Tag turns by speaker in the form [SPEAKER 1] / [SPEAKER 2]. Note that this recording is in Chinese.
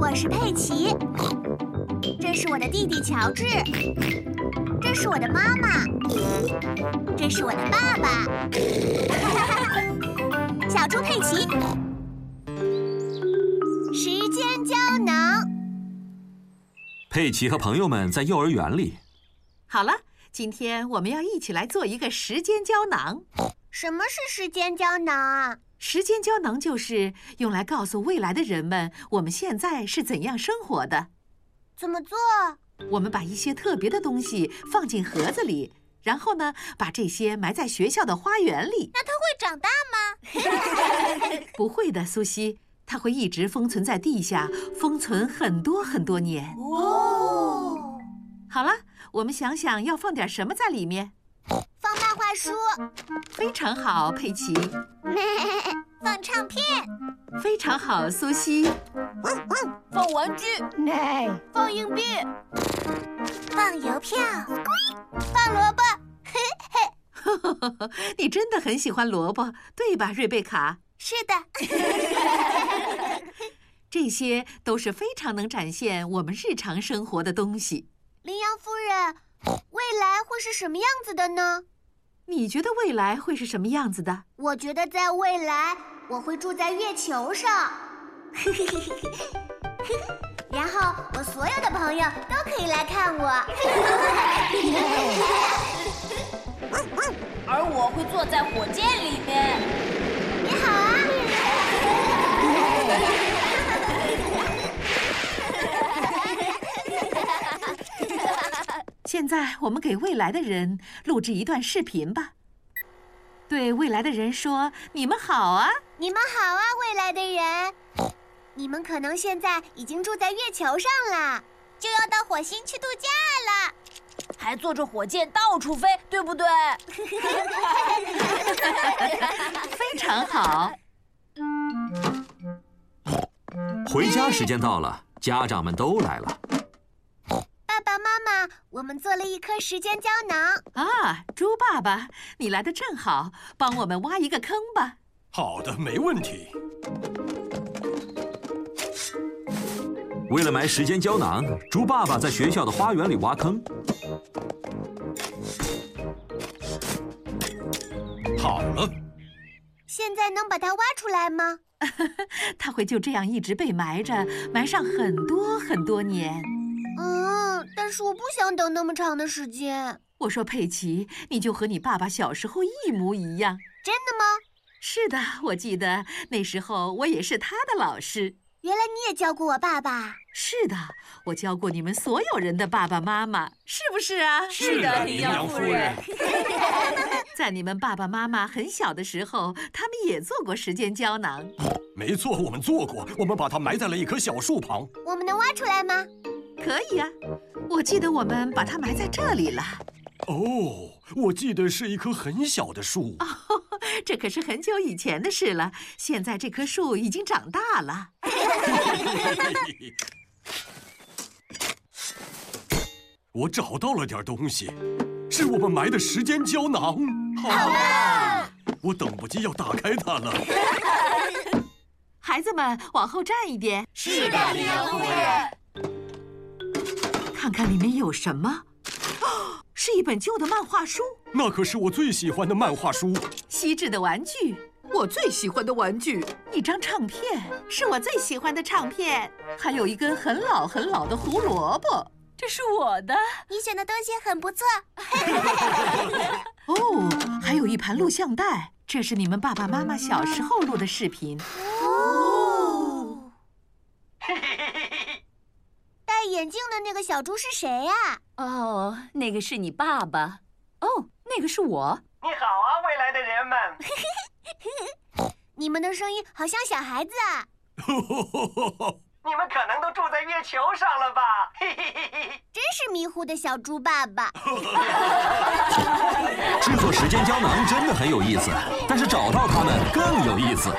[SPEAKER 1] 我是佩奇，这是我的弟弟乔治，这是我的妈妈，这是我的爸 爸。小猪佩奇，时间胶囊。
[SPEAKER 2] 佩奇和朋友们在幼儿园里。
[SPEAKER 3] 好了，今天我们要一起来做一个时间胶囊。
[SPEAKER 1] 什么是时间胶囊啊？
[SPEAKER 3] 时间胶囊就是用来告诉未来的人们，我们现在是怎样生活的。
[SPEAKER 1] 怎么做？
[SPEAKER 3] 我们把一些特别的东西放进盒子里，然后呢，把这些埋在学校的花园里。
[SPEAKER 1] 那它会长大吗？
[SPEAKER 3] 不会的，苏西，它会一直封存在地下，封存很多很多年。
[SPEAKER 1] 哦，
[SPEAKER 3] 好了，我们想想要放点什么在里面。
[SPEAKER 1] 放漫画书，
[SPEAKER 3] 非常好，佩奇。
[SPEAKER 1] 放唱片，
[SPEAKER 3] 非常好，苏西。
[SPEAKER 4] 放玩具，放硬币，
[SPEAKER 1] 放邮票，放萝卜。
[SPEAKER 3] 你真的很喜欢萝卜，对吧，瑞贝卡？
[SPEAKER 1] 是的，
[SPEAKER 3] 这些都是非常能展现我们日常生活的东西。
[SPEAKER 1] 羚羊夫人，未来会是什么样子的呢？
[SPEAKER 3] 你觉得未来会是什么样子的？
[SPEAKER 1] 我觉得在未来，我会住在月球上， 然后我所有的朋友都可以来看我。
[SPEAKER 4] 而我会坐在火箭里面。
[SPEAKER 1] 你好啊！
[SPEAKER 3] 现在我们给未来的人录制一段视频吧。对未来的人说：“你们好啊！
[SPEAKER 1] 你们好啊，未来的人！你们可能现在已经住在月球上了，就要到火星去度假了。
[SPEAKER 4] 还坐着火箭到处飞，对不对？
[SPEAKER 3] 非常好。
[SPEAKER 2] 回家时间到了，家长们都来了。
[SPEAKER 1] 爸爸妈妈，我们做了一颗时间胶囊，”
[SPEAKER 3] 啊，猪爸爸，你来的正好，帮我们挖一个坑吧。
[SPEAKER 5] 好的，没问题。
[SPEAKER 2] 为了埋时间胶囊，猪爸爸在学校的花园里挖坑。
[SPEAKER 5] 好了，
[SPEAKER 1] 现在能把它挖出来吗？
[SPEAKER 3] 它会就这样一直被埋着，埋上很多很多年。
[SPEAKER 1] 嗯，但是我不想等那么长的时间。
[SPEAKER 3] 我说佩奇，你就和你爸爸小时候一模一样。
[SPEAKER 1] 真的吗？
[SPEAKER 3] 是的，我记得那时候我也是他的老师。
[SPEAKER 1] 原来你也教过我爸爸。
[SPEAKER 3] 是的，我教过你们所有人的爸爸妈妈，是不是啊？
[SPEAKER 5] 是的羚羊夫人。
[SPEAKER 3] 在你们爸爸妈妈很小的时候，他们也做过时间胶囊。
[SPEAKER 5] 没错，我们做过，我们把它埋在了一棵小树旁。
[SPEAKER 1] 我们能挖出来吗？
[SPEAKER 3] 可以啊，我记得我们把它埋在这里了，
[SPEAKER 5] 哦，我记得是一棵很小的树。
[SPEAKER 3] 这可是很久以前的事了。现在这棵树已经长大了。
[SPEAKER 5] 我找到了点东西，是我们埋的时间胶囊。好我等不及要打开它了。
[SPEAKER 3] 孩子们往后站一点，
[SPEAKER 4] 是的，羚羊夫人。
[SPEAKER 3] 看看里面有什么。 哦，是一本旧的漫画书，
[SPEAKER 5] 那可是我最喜欢的漫画书。
[SPEAKER 3] 锡制的玩具，我最喜欢的玩具，一张唱片，是我最喜欢的唱片，还有一根很老很老的胡萝卜。
[SPEAKER 4] 这是我的，
[SPEAKER 1] 你选的东西很不错。
[SPEAKER 3] 哦，还有一盘录像带，这是你们爸爸妈妈小时候录的视频。
[SPEAKER 1] 哦。戴眼镜的那个小猪是谁啊呀、
[SPEAKER 4] 哦，那个是你爸爸，哦，那个是我，
[SPEAKER 6] 你好啊，未来的人们。
[SPEAKER 1] 你们的声音好像小孩子啊。
[SPEAKER 6] 你们可能都住在月球上了吧？ 嘿嘿嘿嘿。
[SPEAKER 1] 真是迷糊的小猪爸爸。
[SPEAKER 2] 制作时间胶囊真的很有意思，但是找到它们更有意思。